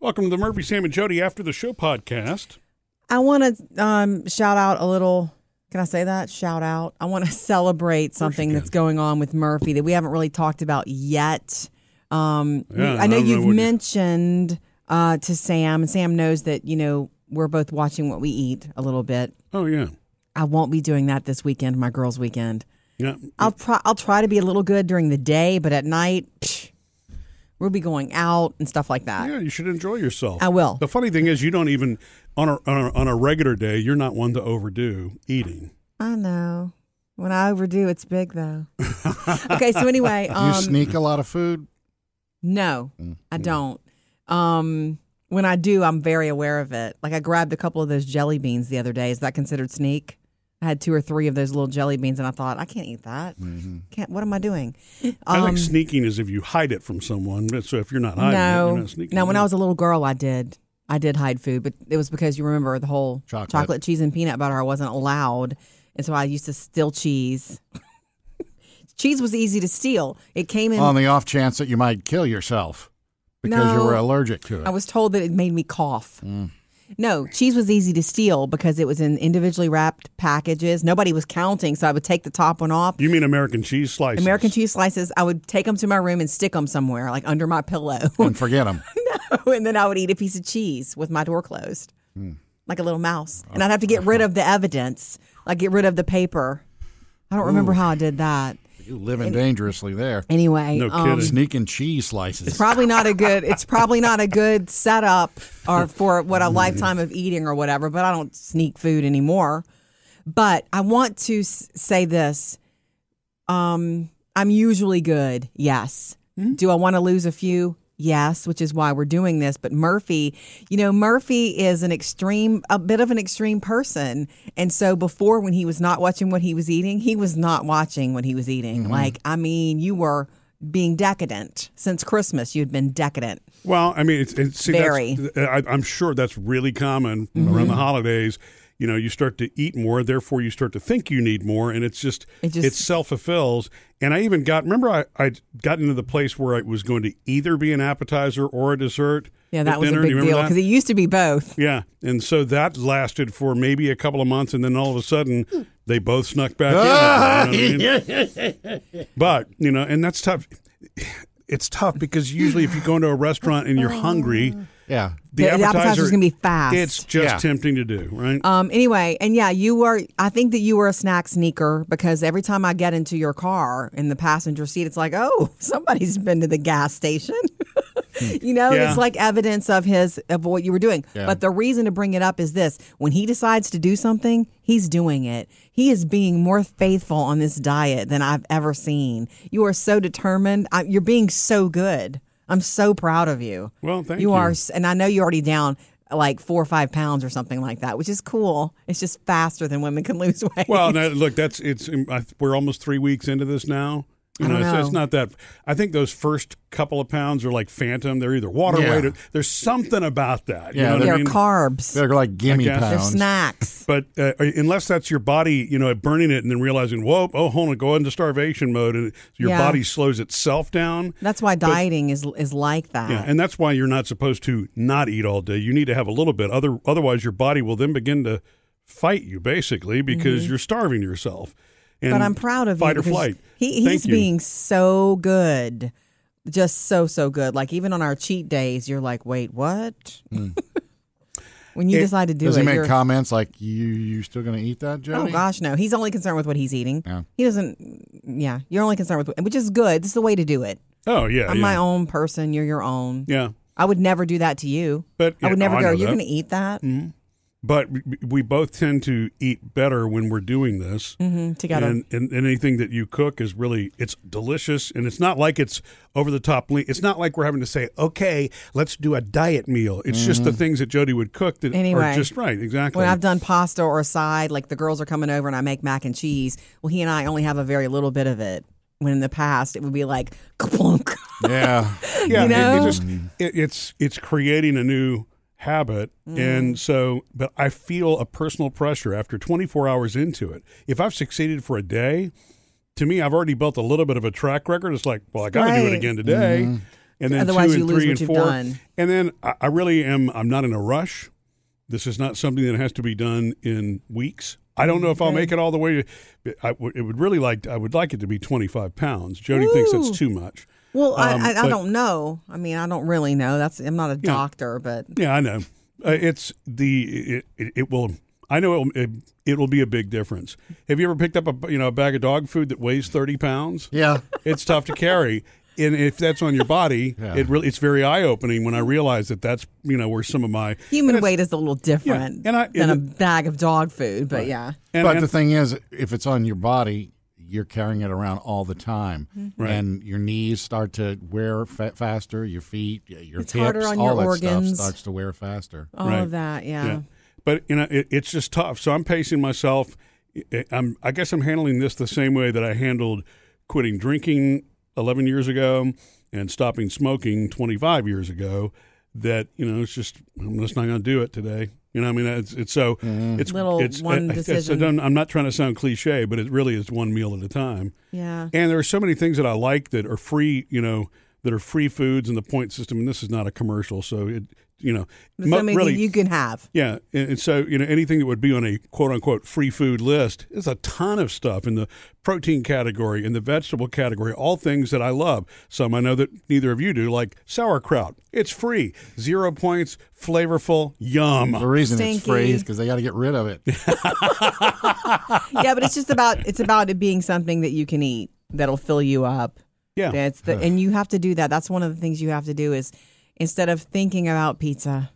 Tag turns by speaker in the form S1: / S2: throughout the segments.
S1: Welcome to the Murphy, Sam, and Jody After the Show podcast.
S2: I want to um, shout out a little. Can I say that? Shout out. I want to celebrate something that's going on with Murphy that we haven't really talked about yet. Um,
S1: Yeah,
S2: I know
S1: I don't know
S2: you've
S1: what you-
S2: mentioned uh, to Sam, and Sam knows that, you know, we're both watching what we eat a little bit.
S1: Oh, yeah.
S2: I won't be doing that this weekend, my girls' weekend.
S1: Yeah.
S2: I'll pro- I'll try to be a little good during the day, but at night, psh, we'll be going out and stuff like that.
S1: Yeah, you should enjoy yourself.
S2: I will.
S1: The funny thing is, you don't even, on a, on a, on a regular day, you're not one to overdo eating.
S2: I know. When I overdo, it's big though. okay, so anyway,
S3: You
S2: um,
S3: sneak a lot of food.
S2: no, I don't. Um, when I do, I'm very aware of it. Like I grabbed a couple of those jelly beans the other day. Is that considered sneak? I had two or three of those little jelly beans, and I thought I can't eat that. Can't. What am I doing? Um,
S1: I think sneaking is if you hide it from someone. But So if you're not hiding it, you're
S2: No,
S1: not sneaking.
S2: no. When I
S1: it.
S2: was a little girl, I did. I did hide food, but it was because you remember the whole
S3: Chocolate.
S2: cheese and peanut butter. I wasn't allowed, and so I used to steal cheese. cheese was easy to steal. It came in.
S1: Oh,
S3: on the off chance that you might kill yourself because you
S2: No.
S3: were allergic to it.
S2: I was told that it made me cough.
S1: Mm.
S2: No, cheese was easy to steal because it was in individually wrapped packages. Nobody was counting, so I would take the top one off.
S1: You mean American cheese slices?
S2: American cheese slices. I would take them to my room and stick them somewhere, like under my pillow.
S3: and forget them.
S2: and then I would eat a piece of cheese with my door closed,
S1: Hmm.
S2: like a little mouse.
S1: Oh.
S2: And I'd have to get rid of the evidence, like get rid of the paper. I don't remember how I did that.
S3: You living dangerously there.
S2: Anyway,
S1: No
S2: um,
S1: kidding.
S3: Sneaking cheese slices.
S2: probably not a good. It's probably not a good setup or for what a
S1: Mm-hmm.
S2: lifetime of eating or whatever. But I don't sneak food anymore. But I want to s- say this. Um, I'm usually good. Yes.
S1: Hmm?
S2: Do I want to lose a few? Yes, which is why we're doing this. But Murphy, you know, Murphy is an extreme, a bit of an extreme person. And so before, when he was not watching what he was eating, he was not watching what he was eating.
S1: Mm-hmm.
S2: Like, I mean, you were being decadent since Christmas. You'd been decadent.
S1: Well, I mean, it's, it's see, that's-
S2: Very. Mm-hmm.
S1: I, I'm sure that's really common around the holidays. You know, you start to eat more, therefore you start to think you need more, and it's just
S2: It
S1: it,
S2: just-
S1: self fulfills. And I even got remember I I got into the place where I was going to either be an appetizer or a dessert.
S2: Yeah,
S1: at
S2: that was
S1: dinner.
S2: a
S1: Do you
S2: big
S1: remember
S2: deal
S1: that?
S2: because it used to be both.
S1: Yeah, and so that lasted for maybe a couple of months, and then all of a sudden they both snuck back in. You know what I mean? but you know, and that's tough. It's tough because usually if you go into a restaurant and you're hungry,
S3: Yeah.
S1: the,
S2: Oh. The- the
S1: appetizer,
S2: appetizer's gonna be fast.
S1: It's just
S3: Yeah.
S1: tempting to do, right?
S2: Um, anyway, and yeah, you were. I think that you were a snack sneaker because every time I get into your car in the passenger seat, it's like, oh, somebody's been to the gas station. you know,
S1: Yeah.
S2: it's like evidence of his of what you were doing.
S3: Yeah.
S2: But the reason to bring it up is this: when he decides to do something, he's doing it. He is being more faithful on this diet than I've ever seen. You are so determined. I, you're being so good. I'm so proud of you.
S1: Well, thank
S2: You
S1: you.
S2: are s- and I know you're already down like four or five pounds or something like that, which is cool. It's just faster than women can lose weight.
S1: well, now, look, that's it's. um, I, we're almost three weeks into this now. You
S2: I don't
S1: it's, it's
S2: know.
S1: not that. I think those first couple of pounds are like phantom. They're either water
S3: Yeah.
S1: weight. Or, there's something about that.
S3: Yeah,
S1: you know what
S2: they're
S1: I mean?
S2: carbs, they're,
S3: They're like gimme
S1: guess. They're
S3: pounds.
S2: snacks.
S1: But uh, unless that's your body, you know, burning it and then realizing, whoa, oh, hold on, go into starvation mode, and your
S2: Yeah.
S1: body slows itself down.
S2: That's why dieting is is like that.
S1: Yeah, and that's why you're not supposed to not eat all day. You need to have a little bit. Other otherwise, your body will then begin to fight you basically because you're starving yourself. And
S2: Mm-hmm. but I'm proud of
S1: fight
S2: you.
S1: or
S2: because
S1: flight.
S2: He,
S1: Thank
S2: he's
S1: you.
S2: being so good. Just so so good. Like even on our cheat days, you're like, wait, what? when you
S1: Hmm. It-
S2: decide to do
S3: Does
S2: it,
S3: he make
S2: you're-
S3: comments like you you still gonna eat
S2: Oh
S3: that, Jody?
S2: gosh, no. He's only concerned with what he's eating.
S3: Yeah.
S2: He doesn't. Yeah, you're only concerned with, which is good. This is the way to do it.
S1: Oh yeah,
S2: I'm
S1: yeah.
S2: my own person. You're your own.
S1: Yeah,
S2: I would never do that to you.
S1: But-
S2: I would
S1: yeah, oh,
S2: never
S1: I
S2: go.
S1: know
S2: You're
S1: that." Mm-hmm.
S2: going to eat that
S1: but we- we both tend to eat better when we're doing this.
S2: Mhm, together.
S1: and, and and anything that you cook is really it's delicious and it's not like it's over the top lean it's not like we're having to say okay let's do a diet meal it's just the things that jody would cook that are
S2: Mm-hmm. Anyway.
S1: just right exactly
S2: when I've done pasta or a side, like the girls are coming over and I make mac and cheese. Well, he and I only have a very little bit of it. When in the past it would be like kaplunk.
S3: Yeah.
S1: yeah
S2: you
S1: it- it
S2: know?
S1: just- it- it's it's creating a new habit
S2: Mm.
S1: and so but i feel a personal pressure after 24 hours into it if i've succeeded for a day to me i've already built a little bit of a track record it's like well i gotta do it
S2: Right. Mm-hmm.
S1: again today and then
S2: Otherwise
S1: two
S2: you
S1: and
S2: lose
S1: three
S2: what
S1: and
S2: you've
S1: four.
S2: done.
S1: And then I, I really am. I'm not in a rush. This is not something that has to be done in weeks. I don't know if I'll make it all the way. To, I would. It would really like. I would like it to be 25 pounds. Jody thinks that's
S2: Ooh.
S1: too much.
S2: Well, I,
S1: Um,
S2: I, I
S1: but-
S2: don't know. I mean, I don't really know. That's I'm not a doctor, but
S1: Yeah, I know. Uh, it's the it, it, it will. I know it, will- it it will be a big difference. Have you ever picked up a you know a bag of dog food that weighs 30 pounds?
S3: Yeah.
S1: it's tough to carry. And if that's on your body,
S3: Yeah.
S1: it really it's very eye opening when I realize that that's you know where some of my
S2: human weight is a little different
S1: Yeah, and I-
S2: than
S1: and
S2: a bag of dog food. But yeah,
S1: and,
S3: but
S1: and-
S3: the thing is, if it's on your body, you're carrying it around all the time,
S2: Mm-hmm.
S1: Right.
S3: and your knees start to wear fa- faster. Your feet, your
S2: It's
S3: hips,
S2: harder on
S3: all
S2: your
S3: that
S2: organs.
S3: stuff starts to wear faster.
S2: all
S1: Right.
S2: of that. Yeah.
S1: yeah. But you know it, it's just tough. So I'm pacing myself. I- I'm I guess I'm handling this the same way that I handled quitting drinking 11 years ago and stopping smoking 25 years ago. That you know it's just I'm just not going to do it today. You know I mean it's it's so it's
S2: Little
S1: it's
S2: one
S1: I- I guess I
S2: decision.
S1: don't- I'm not trying to sound cliche, but it really is one meal at a time.
S2: yeah.
S1: And there are so many things that I like that are free, you know, that are free foods in the point system. And this is not a commercial, so it, you know,
S2: There's
S1: mo-
S2: so many
S1: really,
S2: things you can have.
S1: yeah. And, and so, you know, anything that would be on a quote unquote free food list is a ton of stuff in the protein category, in the vegetable category, all things that I love. Some I know that neither of you do, like sauerkraut. It's free, zero points, flavorful, yum.
S3: The reason it's free
S2: Stinky.
S3: is because they got to get rid of it.
S2: yeah, but it's just about it's about it being something that you can eat that'll fill you up.
S1: Yeah.
S2: That's the and you have to do that. That's one of the things you have to do is instead of thinking about pizza.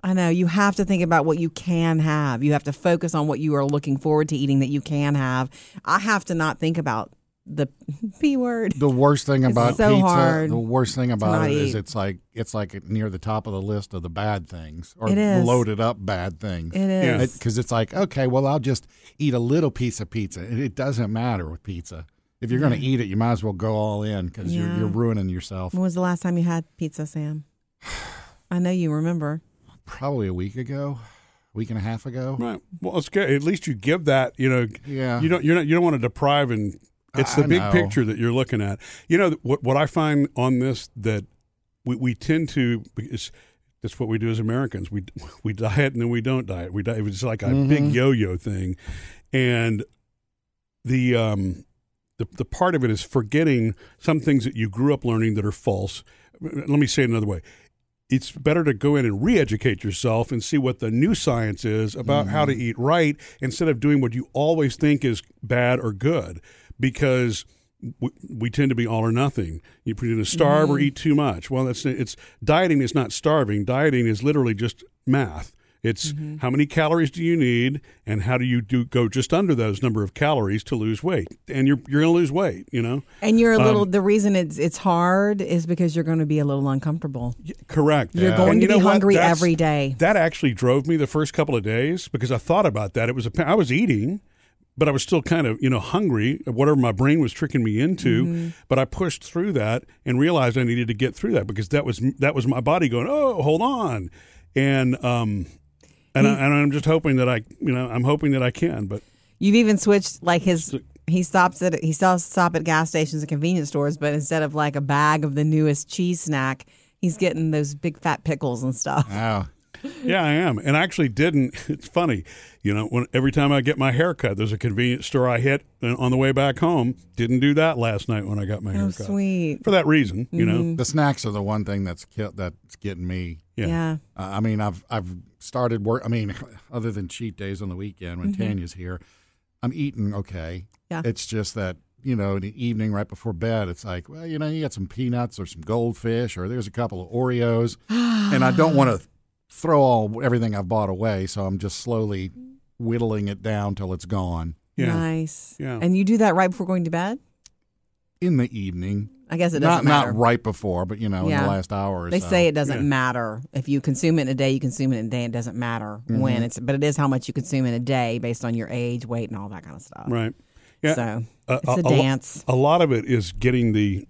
S2: I know you have to think about what you can have. You have to focus on what you are looking forward to eating that you can have. I have to not think about the p word.
S3: The worst thing about
S2: so
S3: pizza,
S2: hard
S3: the worst thing
S2: not
S3: about it is
S2: eat.
S3: it's like it's like near the top of the list of the bad things or
S2: It is.
S3: loaded up bad things.
S2: It
S1: Yeah.
S2: is.
S3: because it's like okay, well I'll just eat a little piece of pizza. It, it doesn't matter with pizza. If you're going to eat it, you might as well go all in because you're,
S2: Yeah.
S3: you're ruining yourself.
S2: When was the last time you had pizza, Sam? I know you remember.
S3: Probably a week ago, week and a half ago.
S1: Right. Well, it's good. At least you give that. You know.
S3: Yeah.
S1: You don't. You're not. You don't want to deprive, and it's the
S3: I
S1: big
S3: know.
S1: picture that you're looking at. You know what? What I find on this that we we tend to is that's what we do as Americans. We we diet and then we don't diet. We diet. It's like a
S3: Mm-hmm.
S1: big yo-yo thing, and the um the the part of it is forgetting some things that you grew up learning that are false. Let me say it another way it's better to go in and re-educate yourself and see what the new science is about how to eat right instead of doing what you always think is bad or good because we, we tend to be all or nothing you pretty to starve or eat too much well that's it's dieting is not starving dieting is literally just math it's how many calories do you need and how do you do go just under those number of calories to lose weight and you're you're going to lose weight you know
S2: And you're a little. the reason it's it's hard is because you're going to be a little uncomfortable.
S1: Correct.
S2: You're going
S1: And
S2: to
S1: you
S2: be
S1: know what?
S2: hungry
S1: That's-
S2: every day.
S1: That actually drove me the first couple of days because I thought about that. It was a, pa- I was eating, but I was still kind of you know hungry. Whatever my brain was tricking me into,
S2: Mm-hmm.
S1: but I pushed through that and realized I needed to get through that because that was that was my body going, oh, hold on, and um, and, I, and I'm just hoping that I you know I'm hoping that I can, but
S2: You've even switched like his. He stops at he sells stop at gas stations and convenience stores, but instead of like a bag of the newest cheese snack, he's getting those big fat pickles and stuff.
S3: Oh,
S1: Yeah, I am, and I actually didn't. It's funny, you know. When every time I get my hair cut, there's a convenience store I hit and on the way back home. Didn't do that last night when I got my
S2: Oh,
S1: hair cut
S2: sweet. Mm-hmm.
S1: for that reason. You know,
S3: the snacks are the one thing that's ki- that's getting me.
S1: Yeah.
S2: Yeah.
S3: Uh, I mean, I've I've started work. I mean, other than cheat days on the weekend when Tanya's here, I'm eating okay.
S2: Mm-hmm. Yeah.
S3: It's just that you know in the evening right before bed, it's like, well, you know, you got some peanuts or some goldfish or there's a couple of Oreos, and I don't want to throw all everything I've bought away, so I'm just slowly whittling it down till it's gone
S1: yeah,
S2: Nice.
S1: Yeah.
S2: And you do that right before going to bed?
S3: in the evening.
S2: I guess it
S3: Not
S2: doesn't matter.
S3: not right before, but you know, in
S2: Yeah.
S3: the last hour. Or
S2: They
S3: so.
S2: say it doesn't
S1: Yeah.
S2: matter if you consume it in a day. You consume it in a day. It doesn't matter
S1: Mm-hmm.
S2: when it's, but it is how much you consume in a day based on your age, weight, and all that kind of stuff.
S1: right. Yeah,
S2: So
S1: A-
S2: it's
S1: a-
S2: a
S1: a lo-
S2: dance.
S1: a lot of it is getting the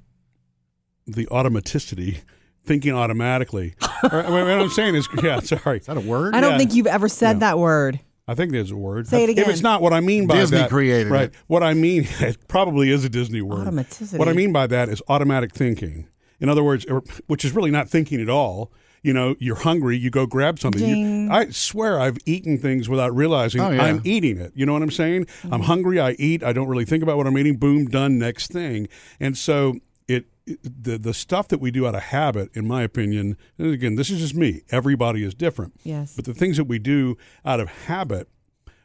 S1: the automaticity, thinking automatically. Or, I mean, what I'm saying is, yeah, sorry,
S3: Is that a word?
S2: I don't
S1: yeah.
S2: think you've ever said
S1: Yeah.
S2: that word.
S1: I think there's a word.
S2: Say it
S1: If
S2: again.
S1: it's not what I mean by
S3: Disney
S1: that-
S3: created
S1: right?
S3: it.
S1: What I mean, it probably is a Disney word.
S2: Automaticity.
S1: What I mean by that is automatic thinking. In other words, or, which is really not thinking at all. You know, you're hungry, you go grab something. You-
S2: Ding.
S1: I swear I've eaten things without realizing
S3: Oh, yeah.
S1: I'm eating it. You know what I'm saying? I'm hungry, I eat, I don't really think about what I'm eating, boom, done, next thing. And so it, it- the the stuff that we do out of habit, in my opinion, and again, this is just me. Everybody is different.
S2: Yes.
S1: But the things that we do out of habit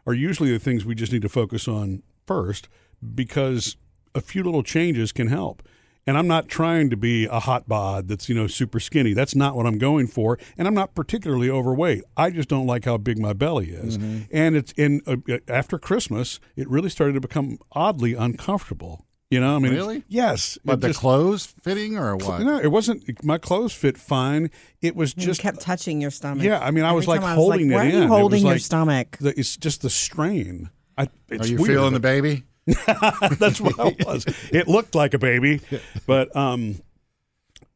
S1: are usually the things we just need to focus on first because a few little changes can help. And I'm not trying to be a hot bod that's, you know, super skinny. That's not what I'm going for. And I'm not particularly overweight. I just don't like how big my belly is.
S3: Mm-hmm.
S1: And it's in uh, uh, after Christmas, it really started to become oddly uncomfortable. You know, I mean, it's-
S3: Really?
S1: Yes.
S3: But
S1: It
S3: the
S1: just-
S3: clothes fitting or what?
S1: no, it wasn't. My clothes fit fine. It
S3: Hmm.
S1: was
S2: You
S1: just
S2: kept touching your stomach.
S1: Yeah, I mean, I
S2: Every
S1: was, like,
S2: time
S1: holding it
S2: Why
S1: in.
S2: are
S1: It
S2: you
S1: was
S2: holding your
S1: like-
S2: stomach?
S1: the, it's just the strain. I, it's
S3: Are you
S1: weird.
S3: feeling the baby?
S1: That's what I was. It looked like a baby, but um,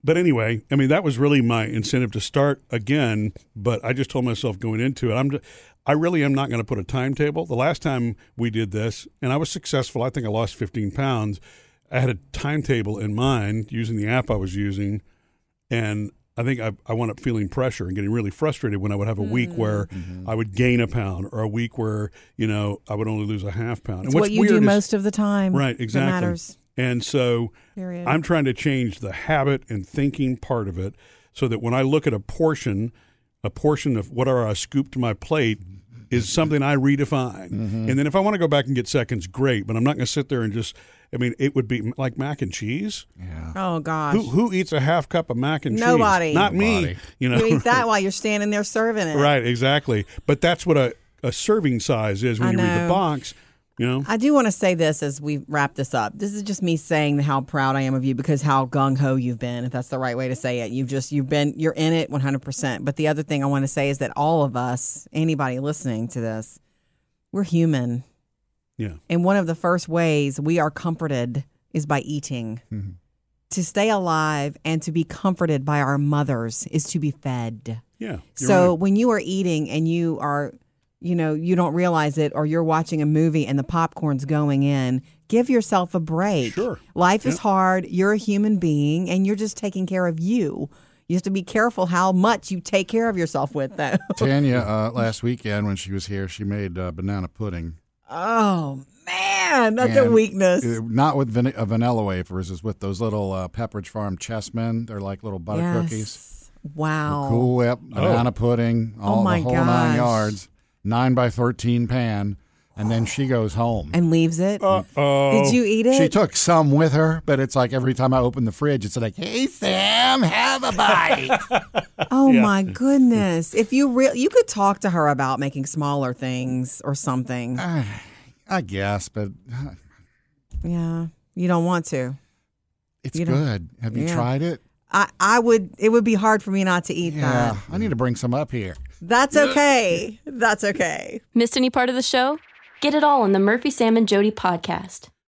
S1: but anyway, I mean that was really my incentive to start again. But I just told myself going into it, I'm, ju- I really am not going to put a timetable. The last time we did this, and I was successful. I think I lost 15 pounds. I had a timetable in mind using the app I was using, and I think I, I wound up feeling pressure and getting really frustrated when I would have a week
S2: Mm.
S1: where
S2: Mm-hmm.
S1: I would gain a pound or a week where you know I would only lose a half pound.
S2: It's what you do
S1: weird is-
S2: most of the time.
S1: Right,
S2: Mm-hmm. that
S1: exactly.
S2: matters.
S1: And so
S2: Period.
S1: I'm trying to change the habit and thinking part of it so that when I look at a portion, a portion of whatever I scooped to my plate is something I redefine. And then if I want to go back and get seconds, great, but I'm not going to sit there and just, I mean, it would be like mac and cheese.
S2: Oh gosh.
S1: Who, who eats a half cup of mac and
S2: Nobody.
S1: cheese? Not me.
S3: Nobody.
S1: You know,
S2: you eat that while you're standing there serving it.
S1: right, exactly. But that's what a, a serving size is when
S2: I
S1: you read the
S2: know.
S1: box, you know?
S2: I do want to say this as we wrap this up. This is just me saying how proud I am of you because how gung ho you've been, if that's the right way to say it. You've just, you've been, you're in it 100%. But the other thing I want to say is that all of us, anybody listening to this, we're human.
S1: yeah.
S2: And one of the first ways we are comforted is by eating. To stay alive and to be comforted by our mothers is to be fed.
S1: Yeah. you're
S2: So
S1: right.
S2: when you are eating and you are, you know, you don't realize it, or you're watching a movie and the popcorn's going in, give yourself a break.
S1: Sure.
S2: Life is hard. You're a human being and you're just taking care of you. You have to be careful how much you take care of yourself with, though.
S3: Tanya, uh, last weekend when she was here, she made uh, banana pudding.
S2: Oh, man. That's a
S3: And
S2: weakness.
S3: Uh, Not with van- uh, vanilla wafers, is with those little uh, Pepperidge Farm chessmen. They're like little butter cookies.
S2: Yes. Wow.
S3: Cool Whip, banana pudding, all
S2: Oh my
S3: the whole nine
S2: gosh.
S3: yards, nine by thirteen pan, and then she goes home.
S2: And leaves it.
S1: Uh-oh.
S2: uh, Did you eat it?
S3: She took some with her, but it's like every time I open the fridge, it's like, "Hey Sam, have a bite."
S2: Oh my goodness! If you real, you could talk to her about making smaller things or something.
S3: Ah. I guess, but uh,
S2: Yeah, you don't want to.
S3: it's
S2: You don't-
S3: good. Have you
S2: yeah.
S3: tried it?
S2: I, I would. It would be hard for me not to eat
S3: Yeah,
S2: that.
S3: I need to bring some up here.
S2: That's okay. That's okay.
S4: Missed any part of the show? Get it all on the Murphy, Sam, and Jody podcast.